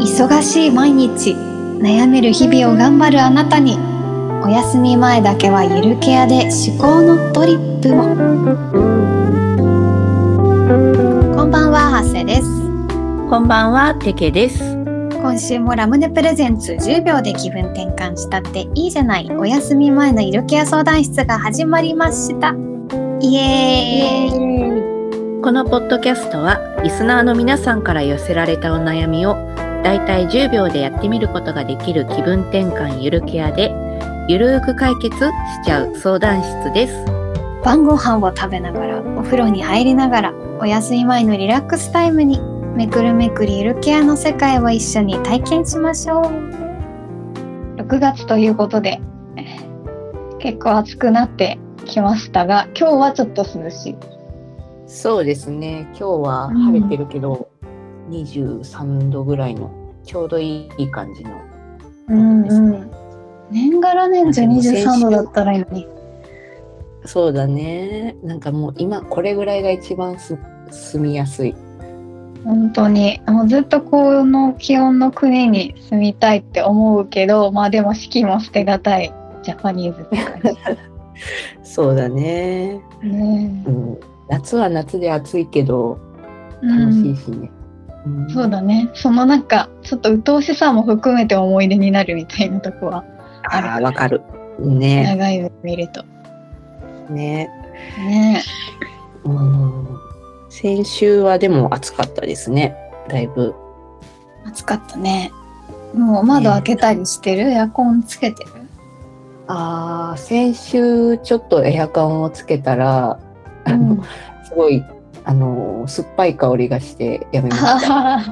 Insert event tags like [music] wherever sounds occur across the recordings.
忙しい毎日悩める日々を頑張るあなたにお休み前だけはゆるケアで思考のドリップをこんばんはハッセですこんばんは、てけです。今週もラムネプレゼンツ10秒で気分転換したっていいじゃないお休み前のゆるケア相談室が始まりましたイエーイこのポッドキャストは、リスナーの皆さんから寄せられたお悩みを、だいたい10秒でやってみることができる気分転換ゆるケアで、ゆるーく解決しちゃう相談室です。晩ご飯を食べながらお風呂に入りながらお休み前のリラックスタイムにめくるめくりゆるケアの世界を一緒に体験しましょう6月ということで結構暑くなってきましたが今日はちょっと涼しいそうですね、今日はうん晴れてるけど、23度ぐらいの、ちょうどいい感じの。うんうん年がら年中23度だったらいいのにそうだね、なんかもう今、これぐらいが一番住みやすい。本当にもうずっとこの気温の国に住みたいって思うけどまあでも四季も捨てがたいジャパニーズって感そうだね。じねえうん、夏は夏で暑いけどう楽んしいしね、んそうだね。そのなんか、ちょっと鬱陶しさも含めて思い出になるみたいなとこは、ああわかるね長い目で見ると。ね、ねうん、先週はでも暑かったですねだいぶえ暑かったね。もう窓開けたりしてる、エアコンつけてるあー先週ちょっとエアコンをつけたら、あうんの、すごいあの酸っぱい香りがしてやめまあはしたは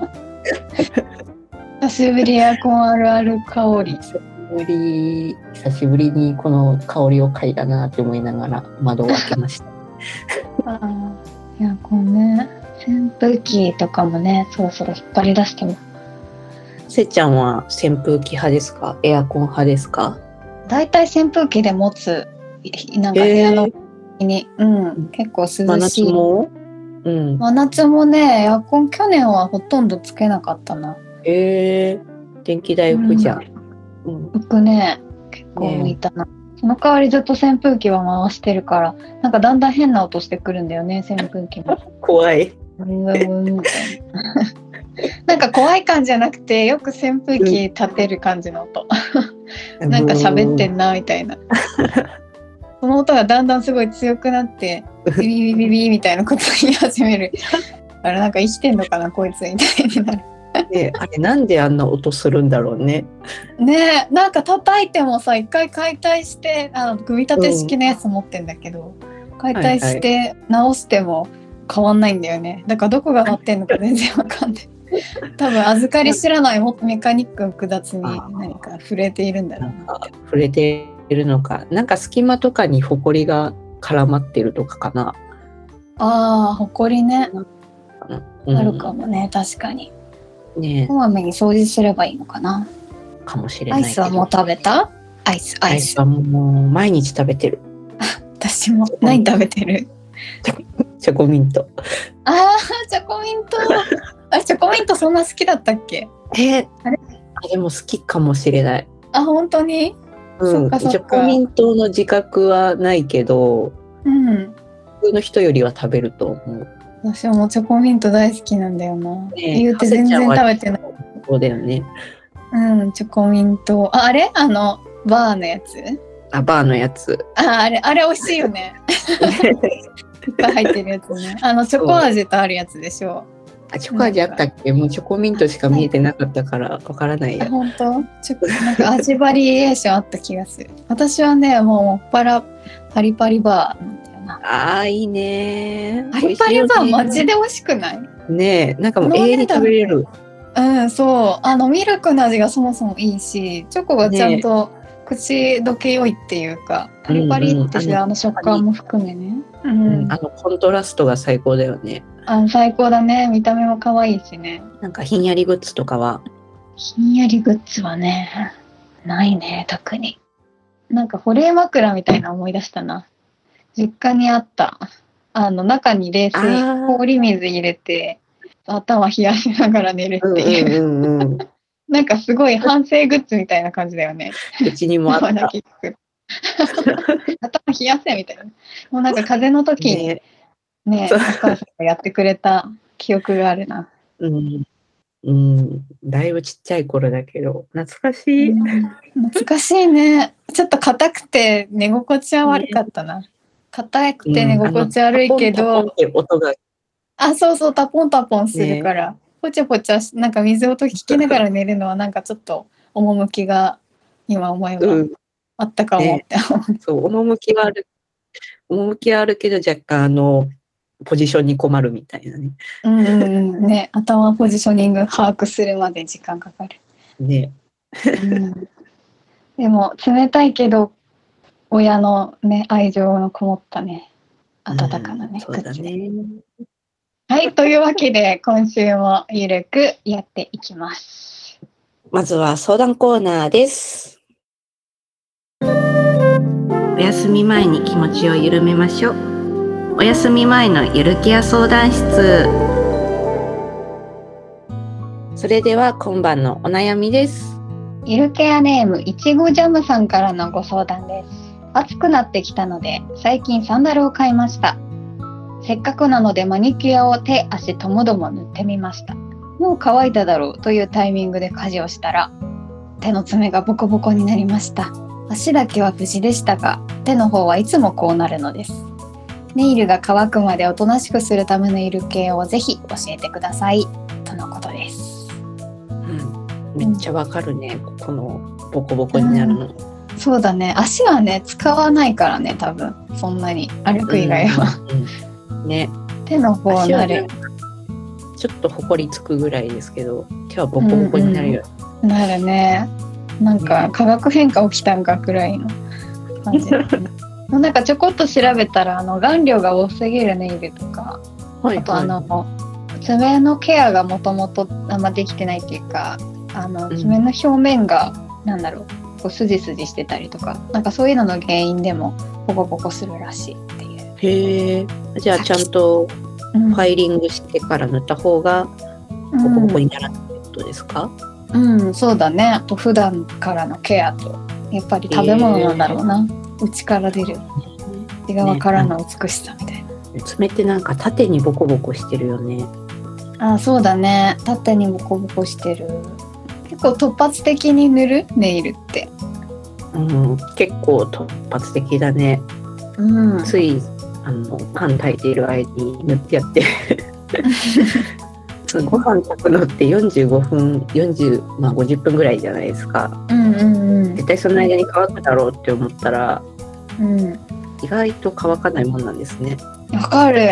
久しぶりエアコンあるある香り。久しぶり久しぶりにこの香りを嗅いだなって思いながら窓を開けましたあーエアコンね。扇風機とかもね、そろそろ引っ張り出しても。 [laughs] せっちゃんは扇風機派ですかエアコン派ですかだいたい扇風機で持つ、いなんか部屋の時に、うん、結構涼しい。真夏も、うん、真夏もねエアコン去年はほとんどつけなかったなえー、電気代負じゃん。うん僕ね結構向いたな、その代わりずっと扇風機は回してるからなんかだんだん変な音してくるんだよね扇風機も怖い。ブンブンブンみたいななんか怖い感じじゃなくてよく扇風機立てる感じの音なんか喋ってんなみたいなその音がだんだんすごい強くなってビビビビビみたいなこと言い始めるあれなんか生きてんのかなこいつみたいになるねあれなんであんな音するんだろうね。ねえなんか叩いてもさ一回解体してあの組み立て式のやつ持ってんだけど、解体して直しても変わんないんだよねだからどこが鳴ってんの [laughs] か全然わかんない多分預かり知らないもメカニックの複雑に何か触れているんだろうなんか触れてるのか、なんか隙間とかにホコリが絡まってるとかかな。ああほこりねうんあるかもね、確かにねこまめに掃除すればいいのかなかもしれアないイけスど。はもう食べたアイスアアイイススはもう毎日食べてる。私も何食べてるチョコミント。ああチョコミントあれチョコミントそんな好きだったっけえあれあでも好きかもしれない。あ本当にうそっん、かそっかチョコミントの自覚はないけど、うん普通の人よりは食べると思う。私はもうチョコミント大好きなんだよな、ね言うて全然食べてない。そうだよね。うんチョコミントああれあのバーのやつあ、バーの [laughs] やつ。ああれあれ美味しいよねいっぱい入ってるやつ [laughs] ねあのチョコ味とあるやつでしょあ、チョコ味あったっけもうチョコミントしか見えてなかったからわからないうあや。本当チョコなんか味バリエーションあった気がする私はねもうもっぱらパリパリバーなんだよなあー、いいねパリパリバーマジでで美味しくないねえ、なんかもう永遠に食べれる。うん、そう。あの、ミルクの味がそもそもいいし、チョコがちゃんと口どけ良いっていうか、パリパリってしうんうんて、あの食感も含めね。うん。あの、コントラストが最高だよね。あの最高だね。見た目も可愛いしね。なんかひんやりグッズとかは。ひんやりグッズはね、ないね、特に。なんか保冷枕みたいな思い出したな。実家にあった。あの、中に冷水あ、ー氷水入れて、頭冷やしながら寝るっていう。うんうんうん。なんかすごい反省グッズみたいな感じだよね。 [laughs] うちにもあっ生だ [laughs] た。け聞く。頭冷やせみたいな。もうなんか風邪の時にねね、そおう母さんがやってくれた記憶があるな。うんうん、だいぶちっちゃい頃だけど、懐かしい。懐かしいね。ちょっと硬くて寝心地は悪かったな。硬くて寝心地悪いけうんあのど、タポンタポンって音が、あ、そうそう、タポンタポンするから、ぽちゃぽちゃし、なんか水音聞きながら寝るのは、なんかちょっと趣が今思えばうん、あったかもって思う。そう、趣はある。趣はあるけど、若干、あの、ポジションに困るみたいなね。うんうんうん、ね、頭ポジショニング把握するまで時間かかる。ね。うんでも冷たいけど親のね愛情のこもったね温かなうんね,、そうだね。はいというわけで今週もゆるくやっていきます。まずは相談コーナーです。お休み前に気持ちを緩めましょう。お休み前のゆるケア相談室。それでは今晩のお悩みです。ゆるケアネームいちごジャムさんからのご相談です暑くなってきたので最近サンダルを買いましたせっかくなのでマニキュアを手足ともども塗ってみましたもう乾いただろうというタイミングで家事をしたら手の爪がボコボコになりました足だけは無事でしたが手の方はいつもこうなるのですネイルが乾くまでおとなしくするためのゆるケアをぜひ教えてくださいとのことですうん、めっちゃわかるね。ここのボコボコになるの。そうだね足はね使わないからね多分そんなに歩く以外は、うん。ね。手の方足なはねるちょっとほこりつくぐらいですけど、手はボコボコになるよ。なるねなんか化学変化起きたんかくらいの感 [laughs] じ、ね、もうなんかちょこっと調べたらあの顔料が多すぎるネイルとかはいあとあの、爪のケアがもともとあんまできてないっていうかあのうん爪の表面がなんだろうこうスジスジしてたりとかなんかそういうのの原因でもボコボコするらしいっていう、へえ。じゃあちゃんとうんファイリングしてから塗った方がボコボコにならないってことですか、うん、そうだね。あと普段からのケアと、やっぱり食べ物なんだろうな。内から出る内側からの美しさみたいな。爪ってなんか縦にボコボコしてるよね。あ、そうだね。縦にボコボコしてる。結構突発的に塗るネイルって。うん、結構突発的だね。うんついあのパン炊いている間に塗って [laughs] やって。そのご飯炊くのって45分40、まあ、50分ぐらいじゃないですかうんうん絶対その間に乾くだろうって思ったらうん。う意外と乾かないもんなんですん。ねわかる。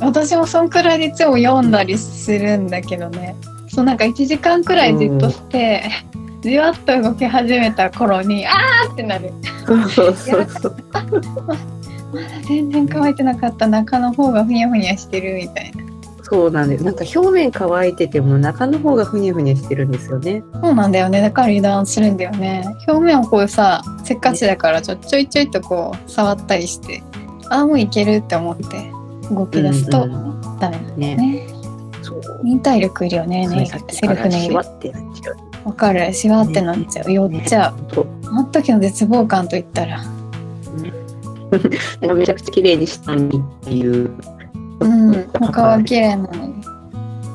私もそんくらいでいつも読んだりするんだけどね。そうなんか1時間くらいじっとして、じわっと動き始めた頃に、あーってなる。そうそうそうそうまだ全然乾いてなかった中の方がふにゃふにゃしてるみたいな。そうなんですなんか表面乾いてても中の方がふにゃふにゃしてるんですよねそうなんだよね。だから油断するんだよね。表面をこうさ、せっかちだからちょちょいちょいとこう触ったりして、ああもういけるって思って動き出すとうんうんダメなんだよねね。そう忍耐力いるよね。ネイルさっってきセかルフらネイシルワ。ってなっちゃうわかる。シワってなっちゃう。寄っちゃう。とあの時の絶望感といったら。なんかめちゃくちゃ綺麗にしたのにっていううん。他は綺麗なのに。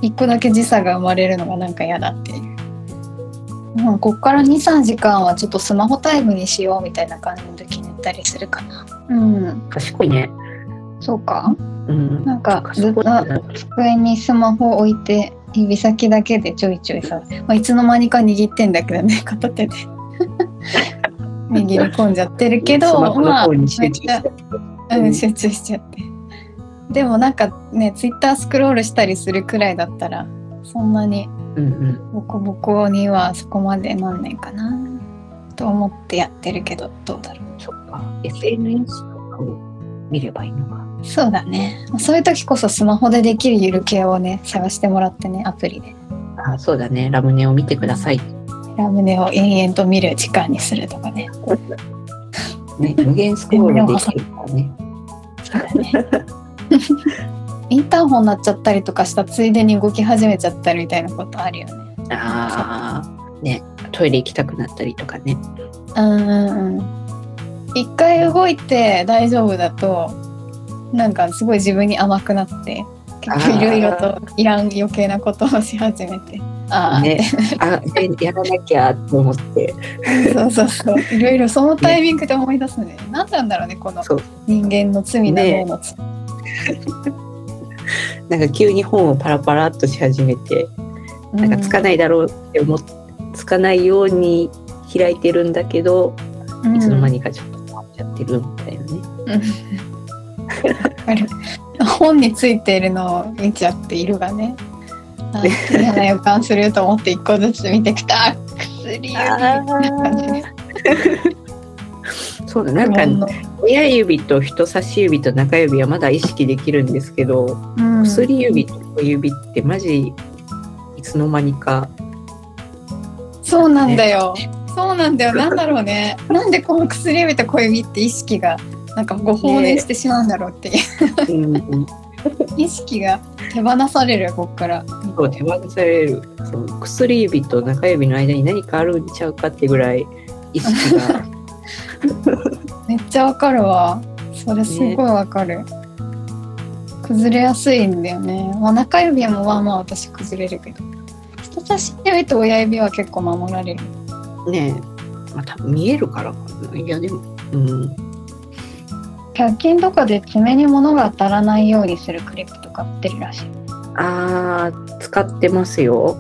一個だけ時差が生まれるのがなんか嫌だっていう。もうこっから2、3時間はちょっとスマホタイムにしようみたいな感じの時に言ったりするかな。うん。賢いねそうか。うんなんかずっと賢いな机にスマホ置いて指先だけでちょいちょいさ、まあ、いつの間にか握ってんだけどね、片 [laughs] 手で。握り込んじゃってるけスど、マホのまあ方に集中してうん、集中しちゃって。でもなんかね、ツイッタースクロールしたりするくらいだったら、そんなにうんうんボコボコにはそこまでなんないかなと思ってやってるけど、どうだろそっか SNS とかを見ればいいのかう。そうだね。そういう時こそスマホでできるゆる系をね、探してもらってね、アプリで。あそうだねラムネを見てくださいラムネを延々と見る時間にするとかね。ね無限スクロールできるからねそうだね。インターホン鳴っちゃったりとかしたついでに動き始めちゃったりみたいなことあるよね。ああねトイレ行きたくなったりとかねうんうん一回動いて大丈夫だとなんかすごい自分に甘くなって結構いろいろといらん余計なことをし始めてああ、ねあでやらなきゃと思ってそうそうそういろいろそのタイミングで思い出すね何なんだろうねこのそう人間の罪なね脳のつ、なんか急に本をパラパラっとし始めてうんなんかつかないだろうって思ってつかないように開いてるんだけどいつの間にかちょっと止まっちゃってるみたいなね。あれ本についているのを見ちゃって色がねあ嫌な予感すると思って一個ずつ見てきた薬指あ [laughs] そうだなんか指紋の親指と人差し指と中指はまだ意識できるんですけど、うん薬指と小指ってマジいつの間にかそうなんだよ、そうなんだよなんだろうねなんでこの薬指と小指って意識がなんかご放電してしまうんだろうっていう、うんうん意識が手放されるこっからそう手放されるその薬指と中指の間に何かあるんちゃうかってぐらい意識 [laughs] がめっちゃわかるわそれすごいわかる、崩れやすいんだよね、まあ、中指もまあまあ私崩れるけど人差し指と親指は結構守られるねえ、まあ、多分見えるからかないやでもうん100均とかで爪に物が当たらないようにするクリップとか売ってるらしいあー使ってますよ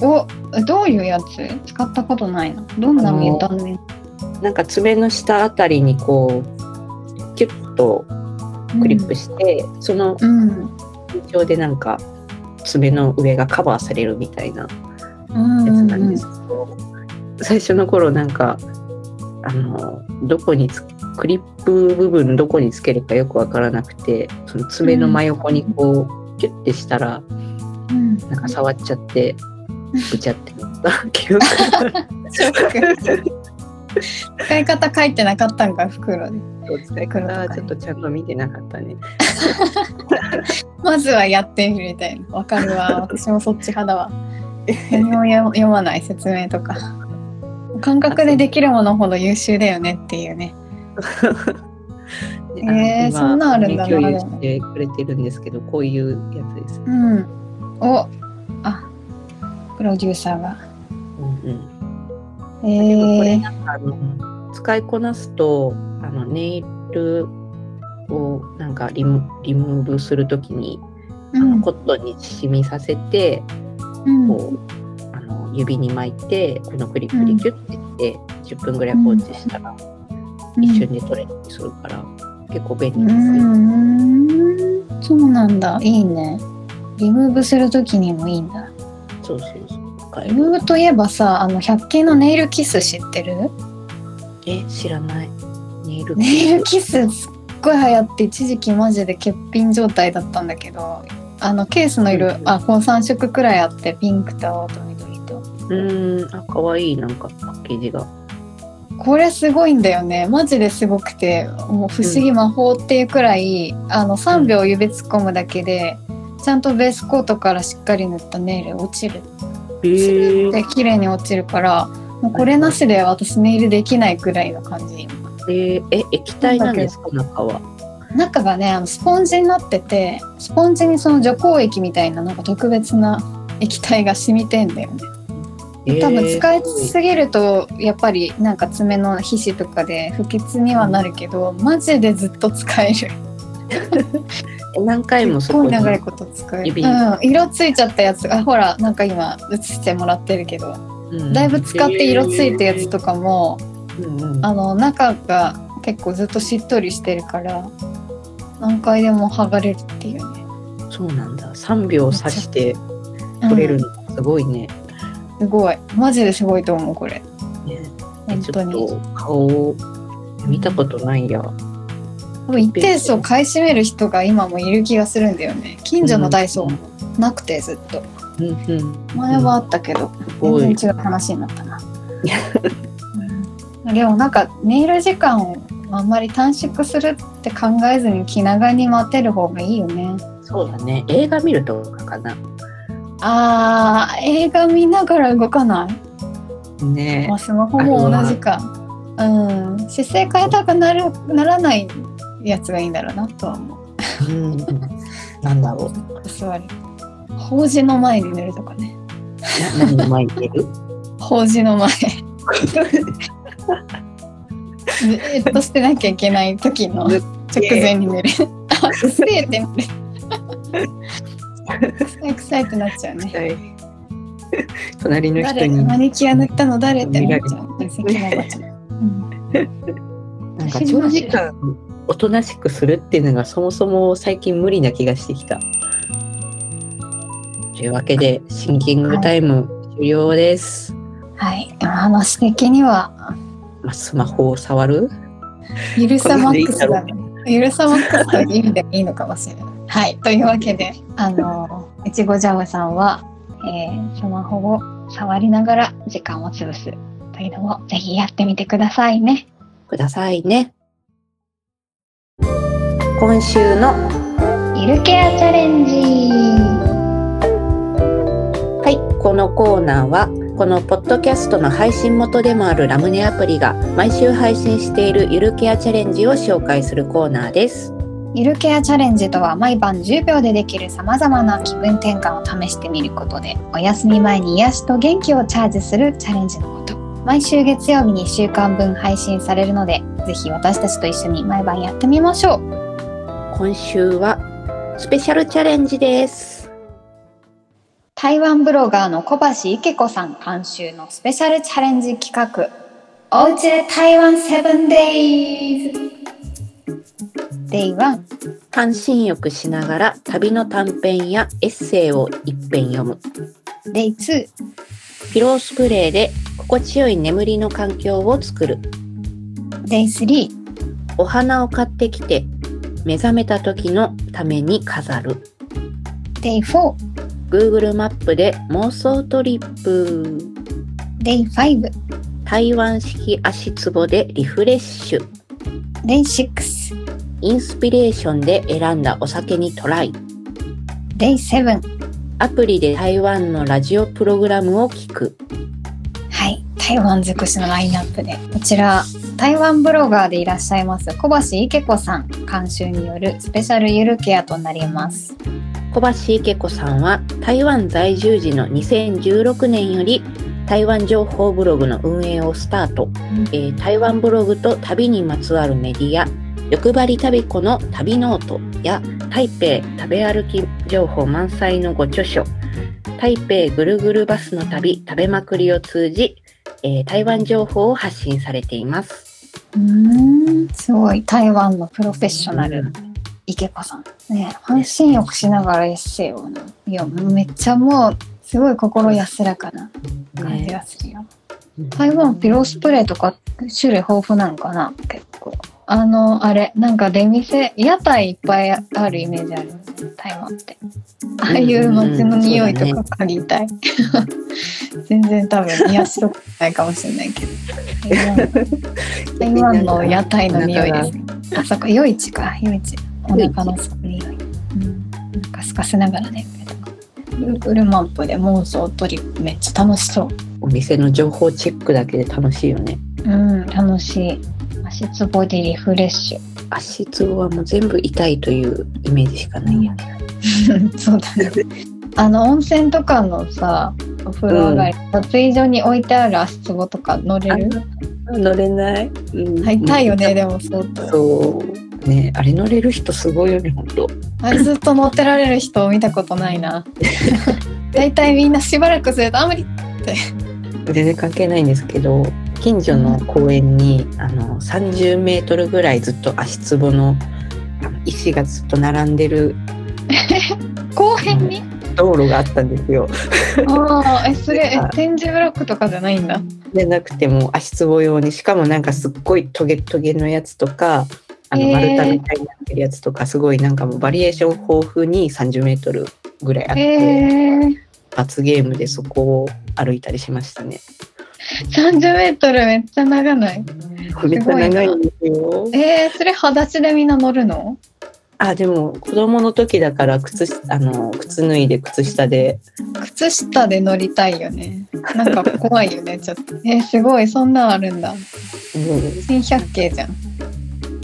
おどういうやつ使ったことないのどんな見た目なんか爪の下あたりにこうキュッとクリップして、そのうん延長でなんか爪の上がカバーされるみたいなやうんつうんなうんんですけど、最初の頃なんかあのどこにつクリップ部分どこにつけるかよくわからなくてその爪の真横にこうキュッてしたらうんなんか触っちゃってぐちゃってなった [laughs] 記憶ショック使い方書いてなかったんか袋でお使い方はちょっとちゃんと見てなかったね。まずはやってみるみたいな。わかるわ。私もそっち派だ [laughs] わ。何も読読まない説明とか。感覚でできるものほど優秀だよねっていうね。えーの今そんなんあるんだ共有してくれてるんですけど、こういうやつです。うん。おあプロデューサーが。うんうんえでもこれー、なんかあの使いこなすとあのネイルをなんかリムリムーブするときに、うあのんコットンに染みさせて、うんこうあの指に巻いてこのクリップでキュッてして、10分ぐらい放置したら、一瞬で取れるようにするから結構便利うですよ。ん。うーんそうなんだ。いいね。リムーブするときにもいいんだ。そうそうそう。使えリるムーブといえばさ、あの100均のネイルキス知ってる？え知らない。ネイルネイルキスすっごい流行って一時期マジで欠品状態だったんだけどあのケースの色、うんあこう3色くらいあってピンクと青と緑とうーんあ可愛いなんかパッケージが。これすごいんだよねマジですごくてもう不思議魔法っていうくらい、あの3秒指突っ込むだけでちゃんとベースコートからしっかり塗ったネイル落ちるへで綺麗に落ちるからもうこれなしで私ネイルできないくらいの感じええ液体なんですか中は。中がねあのスポンジになっててスポンジにその除光液みたいななんか特別な液体が染みてんだよね多分使いすぎるとやっぱりなんか爪の皮脂とかで不潔にはなるけど、マジでずっと使えるえ何回もすそごこいに長いこと使える、指うにん、色ついちゃったやつあほらなんか今映してもらってるけどうんだいぶ使って色ついたやつとかも、うんうんあの中が結構ずっとしっとりしてるから何回でも剥がれるっていうね、そうなんだ。三秒刺して取れうるんのすごいね。すごい。マジですごいと思う、これ。ねえ本ち当ょっに。と顔を見たことないや。多分一定数を買い占める人が今もいる気がするんだよね。近所のダイソーもなくてずっと。うんうん。前はあったけど、うん全然違う話になったな。うんでもなんかネイル時間をあんまり短縮するって考えずに気長に待てる方がいいよね。そうだね。映画見るとかかな。あー、映画見ながら動かないねまあ、スマホも同じか。うん、姿勢変えたくなるならないやつがいいんだろうなとは思う。 [laughs] うん、なんだろう座り。法事の前に寝るとかね。な何の前に出 [laughs] る法事の前。じっとしてなきゃいけない時の直前に寝る。あ、うっせえってなる。臭い臭いってなっちゃうね。 [laughs] 隣の人誰にマニキュア塗ったの誰ってなっちゃうね。咳のおばちゃんうんなんか長時間おとなしくするっていうのがそもそも最近無理な気がしてきた。というわけでシンキングタイム終了です。はい、話的には、まあ、スマホを触るゆるさマックスだね。ゆるさマックスという意味でいいのかもしれない。はい、というわけ [laughs] で、あの、いちごジャムさんは、えースマホを触りながら時間を潰すというのをぜひやってみてくださいね。くださいね。今週のゆるケアチャレンジ。はい、このコーナーはこのポッドキャストの配信元でもあるラムネアプリが毎週配信しているゆるケアチャレンジを紹介するコーナーです。ゆるケアチャレンジとは毎晩10秒でできる様々な気分転換を試してみることでお休み前に癒しと元気をチャージするチャレンジのこと毎週月曜日に1週間分配信されるのでぜひ私たちと一緒に毎晩やってみましょう今週はスペシャルチャレンジです。台湾ブロガーの小橋池子さん監修のスペシャルチャレンジ企画おうちで台湾セブンデイズ Day1 半身浴しながら旅の短編やエッセイを一遍読む Day2 ピロースプレーで心地よい眠りの環境を作る Day3 お花を買ってきて目覚めた時のために飾る Day4 Google マップで妄想トリップ Day5 台湾式足つぼでリフレッシュ Day6 インスピレーションで選んだお酒にトライ Day7 アプリで台湾のラジオプログラムを聞くはい台湾尽くしのラインナップでこちら台湾ブロガーでいらっしゃいます小橋池子さん監修によるスペシャルゆるケアとなります小橋池子さんは台湾在住時の2016年より台湾情報ブログの運営をスタート、えー台湾ブログと旅にまつわるメディア欲張り旅子の旅ノートや台北食べ歩き情報満載のご著書台北ぐるぐるバスの旅食べまくりを通じ、えー台湾情報を発信されています。うーんすごい台湾のプロフェッショナル池子さんね半身浴しながらエッセイをないやめっちゃもうすごい心安らかな感じねがするよ、台湾ピロースプレーとか種類豊富なのかな結構あのあれなんか出店屋台いっぱいあるイメージあるよね台湾ってああいう街の匂いとか嗅ぎたい、 [laughs] 全然多分癒しとかないかもしれないけど台湾台湾の屋台の匂いですねあそこ夜市か夜市お腹のすく匂い、うん、なんかすかせながらねウルマンプで妄想トリップめっちゃ楽しそうお店の情報チェックだけで楽しいよね。うん、楽しい。足つぼでリフレッシ足つぼはもう全部痛いというイメージしかないやね。ュ。そうだね。あの温泉とかのさ、お風呂上がり、脱衣所に置いてある足つぼとか乗れるあ乗れない。うん入ったいよね、。でも相当。そう。ね、あれ乗れる人すごいよね、本当。あれずっと乗ってられる人見たことない [laughs] な。だいたいみんなしばらくするとあんまり、全然関係ないんですけど、近所の公園に、あの30メートルぐらいずっと足つぼのあの石がずっと並んでる後編に、道路があったんですよ。ああ、え、それ、えはい点字ブロックとかじゃないんだ。でなくても足つぼ用に、しかもなんかすっごいトゲトゲのやつとか。あのへー丸太みたいになってるやつとかすごいなんかもうバリエーション豊富に30メートルぐらいあって、へえ、罰ゲームでそこを歩いたりしましたね。 30メートルめっちゃ長ない。めっちゃ長いんですよ。えー、それ裸足でみんな乗るのあ、でも子供の時だから靴し、あの、靴脱いで靴下で。靴下で乗りたいよね。なんか怖いよ [laughs] ね、ちょっと。えーすごい、そんなんあるんだ。うん新百景じゃん。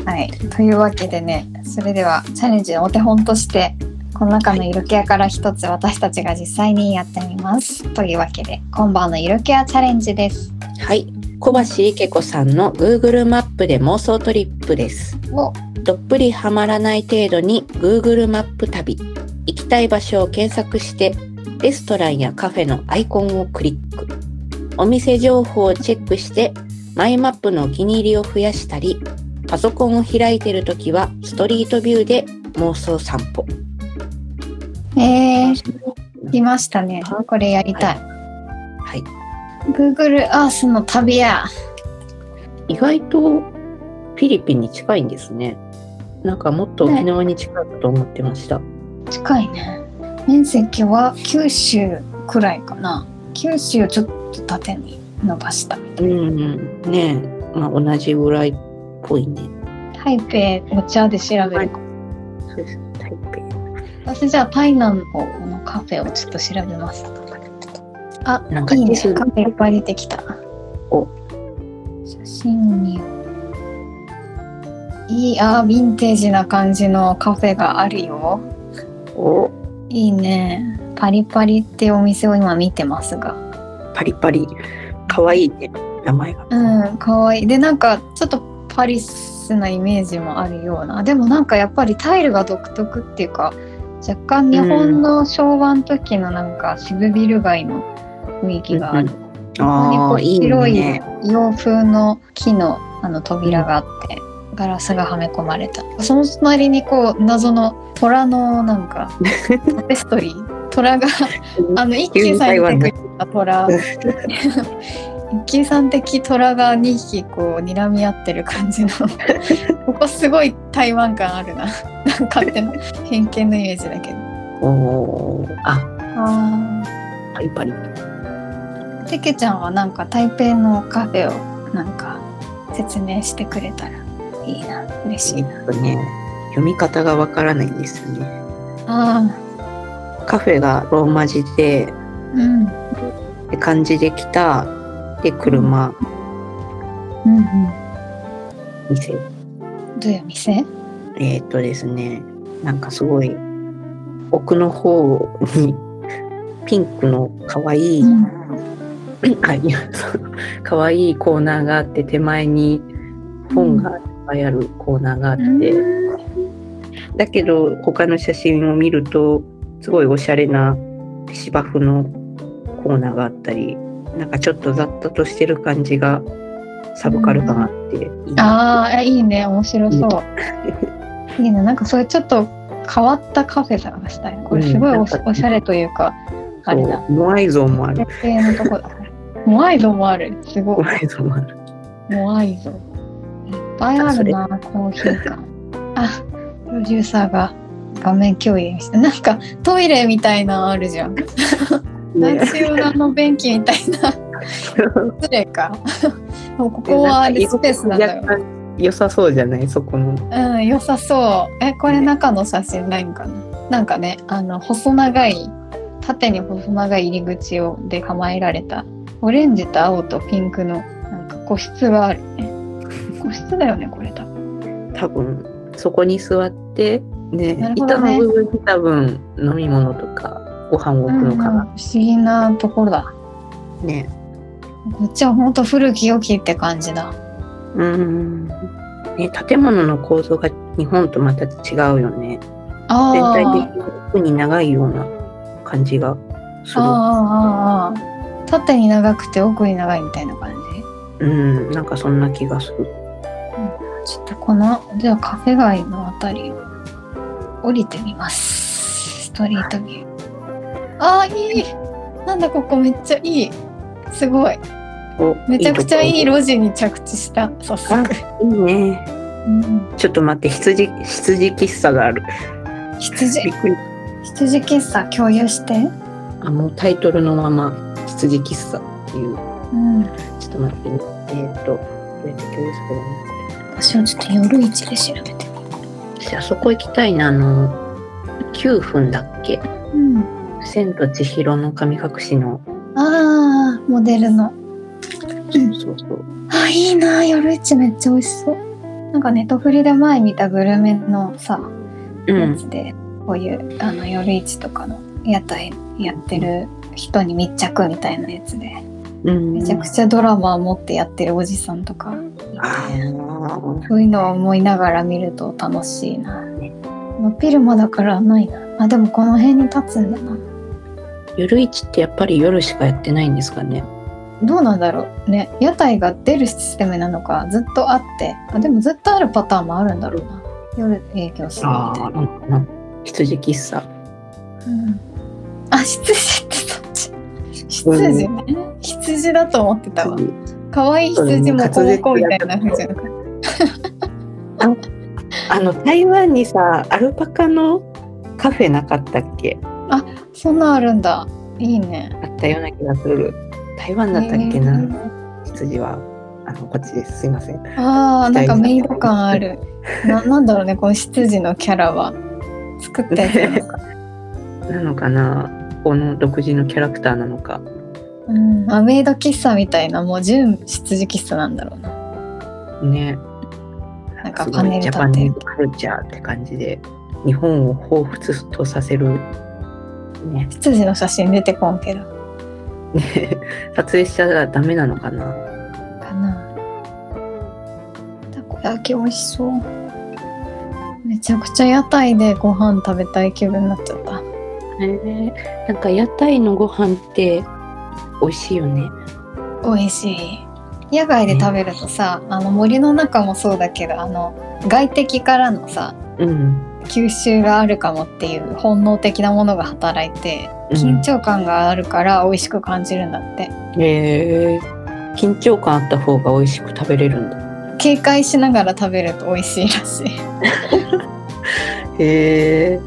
はい、というわけでねそれではチャレンジのお手本としてこの中の色ケアから一つ私たちが実際にやってみますというわけで今晩の色ケアチャレンジですはい。小橋池子さんの Google マップで妄想トリップです。おどっぷりハマらない程度に Google マップ旅。行きたい場所を検索して、レストランやカフェのアイコンをクリック。お店情報をチェックして、マイマップのお気に入りを増やしたり、パソコンを開いているときはストリートビューで妄想散歩。えー、来ましたねこれやりたい、はい。 Google Earth の旅や意外とフィリピンに近いんですね。なんかもっと沖縄に近いかと思ってました。近いね面積は九州くらいかな九州をちょっと縦に伸ばしたうん、ねえ、まあ同じぐらいっぽいね。台北お茶で調べるかそうです台私じゃあ台南のこのカフェをちょっと調べますあ北。なんかいいね地図カフェいっぱい出てきたお写真にいいあーヴィンテージな感じのカフェがあるよをいいねパリパリってお店を今見てますがパリパリ。可愛いね、名前が。うん、かわいい。で、なんか、ちょっとパリスなイメージもあるような。でもなんかやっぱりタイルが独特っていうか、若干日本の昭和の時のなんか渋ビル街の雰囲気がある。ああ、いにいこう白いね。洋風の木のあの扉があって、ガラスがはめ込まれた。その隣にこう、謎の虎のなんか、 [laughs] タペストリー。虎が、あの、一休さんに出てくる虎。一級さん的虎が2匹こう睨み合ってる感じのここすごい台湾感あるななんか勝手な偏見のイメージだけどおーあ、あパリパリ。ーてけちゃんはなんか台北のカフェをなんか説明してくれたらいいな嬉しえいっなとね、読み方がわからないんですよね。あカフェがローマ字で、ーうんうんで漢字で来た、で、車、うん店。どういう店えーっとですね、なんかすごい、奥の方に、ピンクの可愛い、う [laughs] あいやそう可愛いコーナーがあって、手前に本がいっぱいあるコーナーがあって、うんだけど他の写真を見ると、すごいおしゃれな芝生のコーナーがあったり、なんかちょっと雑多としてる感じが、サブカル感あっていいなああいいね面白そう [laughs] いいねなんかそういうちょっと変わったカフェ探したいなこれすごいおし,、うんなんかおしゃれというかあれだそうモアイ像もある。絶景のとこだ。モアイ像もある。すごモい。アイ像もある。モアイ像。いっぱいあるな、コーヒー館。あ、プロデューサーが画面共有して。なんかトイレみたいなのあるじゃん。ねナチュラの便器みたいな。失礼か。もうここはリスペースなんだよ。若干良さそうじゃないそこも。うん、良さそう。え、これ中の写真ないんかな。なんかね、あの、細長い、縦に細長い入り口をで構えられた、オレンジと青とピンクの、なんか個室があるね。個室だよね、これ多分。多分そこに座ってねなるほ板どねの部分に多分飲み物とかご飯を置くうんうのかんな、不思議なところだ。ね。こっちはほんと古き良きって感じだ。うん。ね建物の構造が日本とまた違うよね。あ全体ー的に奥に長いような感じがする。あーあーあー縦に長くて奥に長いみたいな感じ。うんなんかそんな気がする。ちょっとこの、じゃあカフェ街のあたりを降りてみます。ストリートビュー。ああ、いいなんだここめっちゃいいすごい。おめちゃくちゃいい色。路地に着地した、早あ速。いいね。うん、ちょっと待って羊羊喫茶がある。び羊っ、くり。羊喫茶共有して。あもうタイトルのまま羊喫茶っていううん。ちょっと待ってねえっ、とどうやって共有すればいいんだ私はちょっと夜市で調べてみよう。私あそこ行きたいなあの9分だっけうん。 「千と千尋の神隠しの」ああ、モデルの。そうそうそうあ、いいな。夜市めっちゃ美味しそう。なんかネットフリで前見たグルメのさ、うやんつで、こういうあの夜市とかの屋台やってる人に密着みたいなやつで、うんめちゃくちゃドラマを持ってやってるおじさんとか、あーそういうのを思いながら見ると楽しいな。まあピルマだからないな。あ、でもこの辺に立つんだな。夜市ってやっぱり夜しかやってないんですかねどうなんだろうね。屋台が出るシステムなのか、ずっとあって。あ、でもずっとあるパターンもあるんだろうな。夜営業するみあたいあな。なんかな羊喫茶うん、あ、羊ってそっち。羊ね。羊だと思ってたわ。可愛い羊もこうこうみたいな風じゃなかっあの台湾にさアルパカのカフェなかったっけた。そんなんあるんだ。いいね。あったような気がする台湾だったっけな、羊はあのこっちですすいませんえーああ、なんかメイド感あ [laughs] る。ななんだろうね、この羊のキャラは。作ったやつな [laughs] のか。なのかなこの独自のキャラクターなのかうん、あメイド喫茶みたいなもう純羊喫茶なんだろうな。ねなんかすごいパネルジ立ャてパニーズカルチャーって感じで日本を彷彿とさせるね羊の写真出てこんけど。 [laughs] 撮影しちゃダメなのかなかな。たこ焼き美味しそう。めちゃくちゃ屋台でご飯食べたい気分になっちゃった。なんか屋台のご飯って美味しいよね美味しい。野外で食べるとさ、あの森の中もそうだけど、あの外敵からのさ、うん吸収があるかもっていう本能的なものが働いて、緊張感があるから美味しく感じるんだって。へえ緊張感あった方が美味しく食べれるんだ警戒しながら食べると美味しいらしい。へえ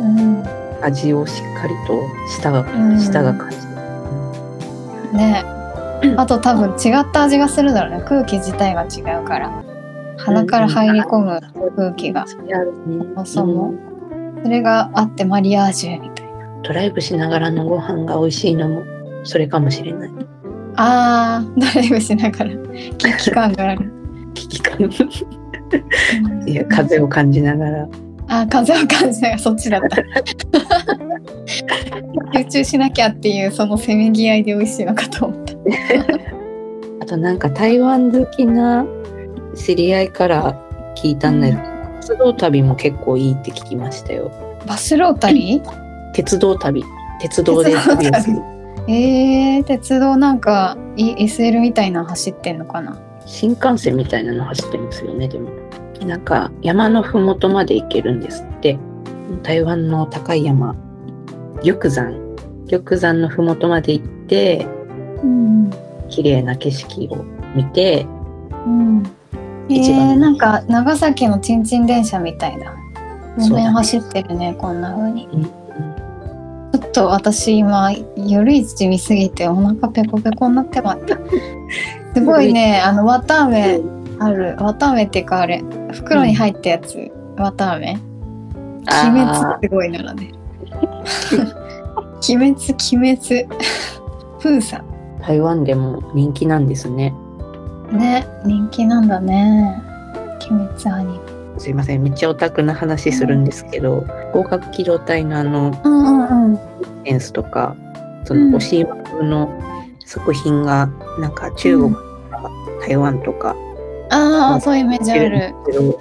うん、味をしっかりと舌がうん舌が感じる、ねえあと多分違った味がするだろうね空気自体が違うから鼻から入り込む空気がそれあるねそうそうもんそれがあってマリアージュみたいなドライブしながらのご飯が美味しいのもそれかもしれないあードライブしながら危機感がある危機感 [laughs] いや風を感じながらあー風を感じながらそっちだった集中しなきゃっていうそのせめぎ合いで美味しいのかと思ったあとなんか台湾好きな知り合いから聞いたんだけど、鉄道旅も結構いいって聞きましたよバスロータリー鉄道旅鉄道で旅をするえー、鉄道なんかい SL みたいなの走ってんのかな新幹線みたいなの走ってるんですよねでもなんか山のふもとまで行けるんですって台湾の高い山玉山玉山のふもとまで行ってうん綺麗な景色を見てうん、え一番ー、なんか長崎のちんちん電車みたいなそう路だね面走ってるねこんな風に、うんうんちょっと私今夜市見すぎてお腹ペコペコになってまった [laughs] すごいねあの綿あめある綿あめっていうかあれ袋に入ったやつ、綿あめ鬼あ滅すごいならね鬼滅鬼 [laughs] 滅プーさんー台湾でも人気なんですねね人気なんだね鬼滅アニメすいませんめっちゃオタクな話するんですけど合格機動隊のあのうんうんうんセンスとかそうんの押井風の作品がなんか中国から台湾とかあうあんそういうイメージある。けど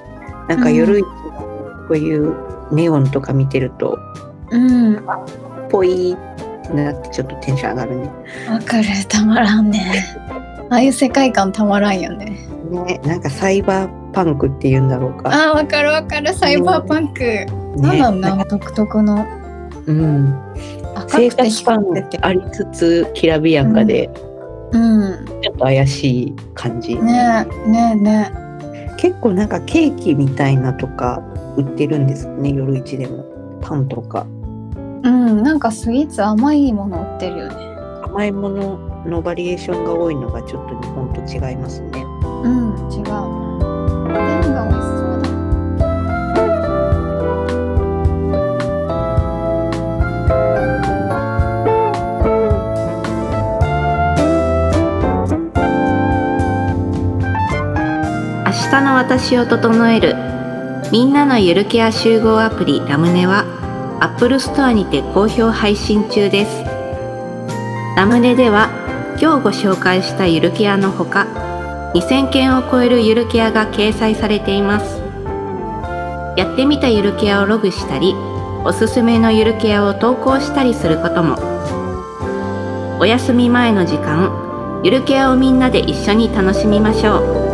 なんか夜市のこういうネオンとか見てるとうんわぽいってなってちょっとテンション上がるね。かるたまらんね。ああいう世界観たまらんよね。ねなんかサイバーパンクっていうんだろうか。ああわかるわかるサイバーパンク。なんねだろうな、独特のうん、赤生くて活感光ってて。ありつつきらびやかで、うんちょっと怪しい感じ、ねえねえね結構なんかケーキみたいなとか売ってるんですね夜市でもパンとかえうんなんかスイーツ甘いもの売ってるよね。甘いもののバリエーションが多いのがちょっと日本と違いますね。うん違う。全部が美味しそうだ。日の私を整えるみんなのゆるケア集合アプリラムネは Apple Store にて好評配信中ですラムネでは今日ご紹介したゆるケアのほか2000件を超えるゆるケアが掲載されていますやってみたゆるケアをログしたりおすすめのゆるケアを投稿したりすることもお休み前の時間ゆるケアをみんなで一緒に楽しみましょう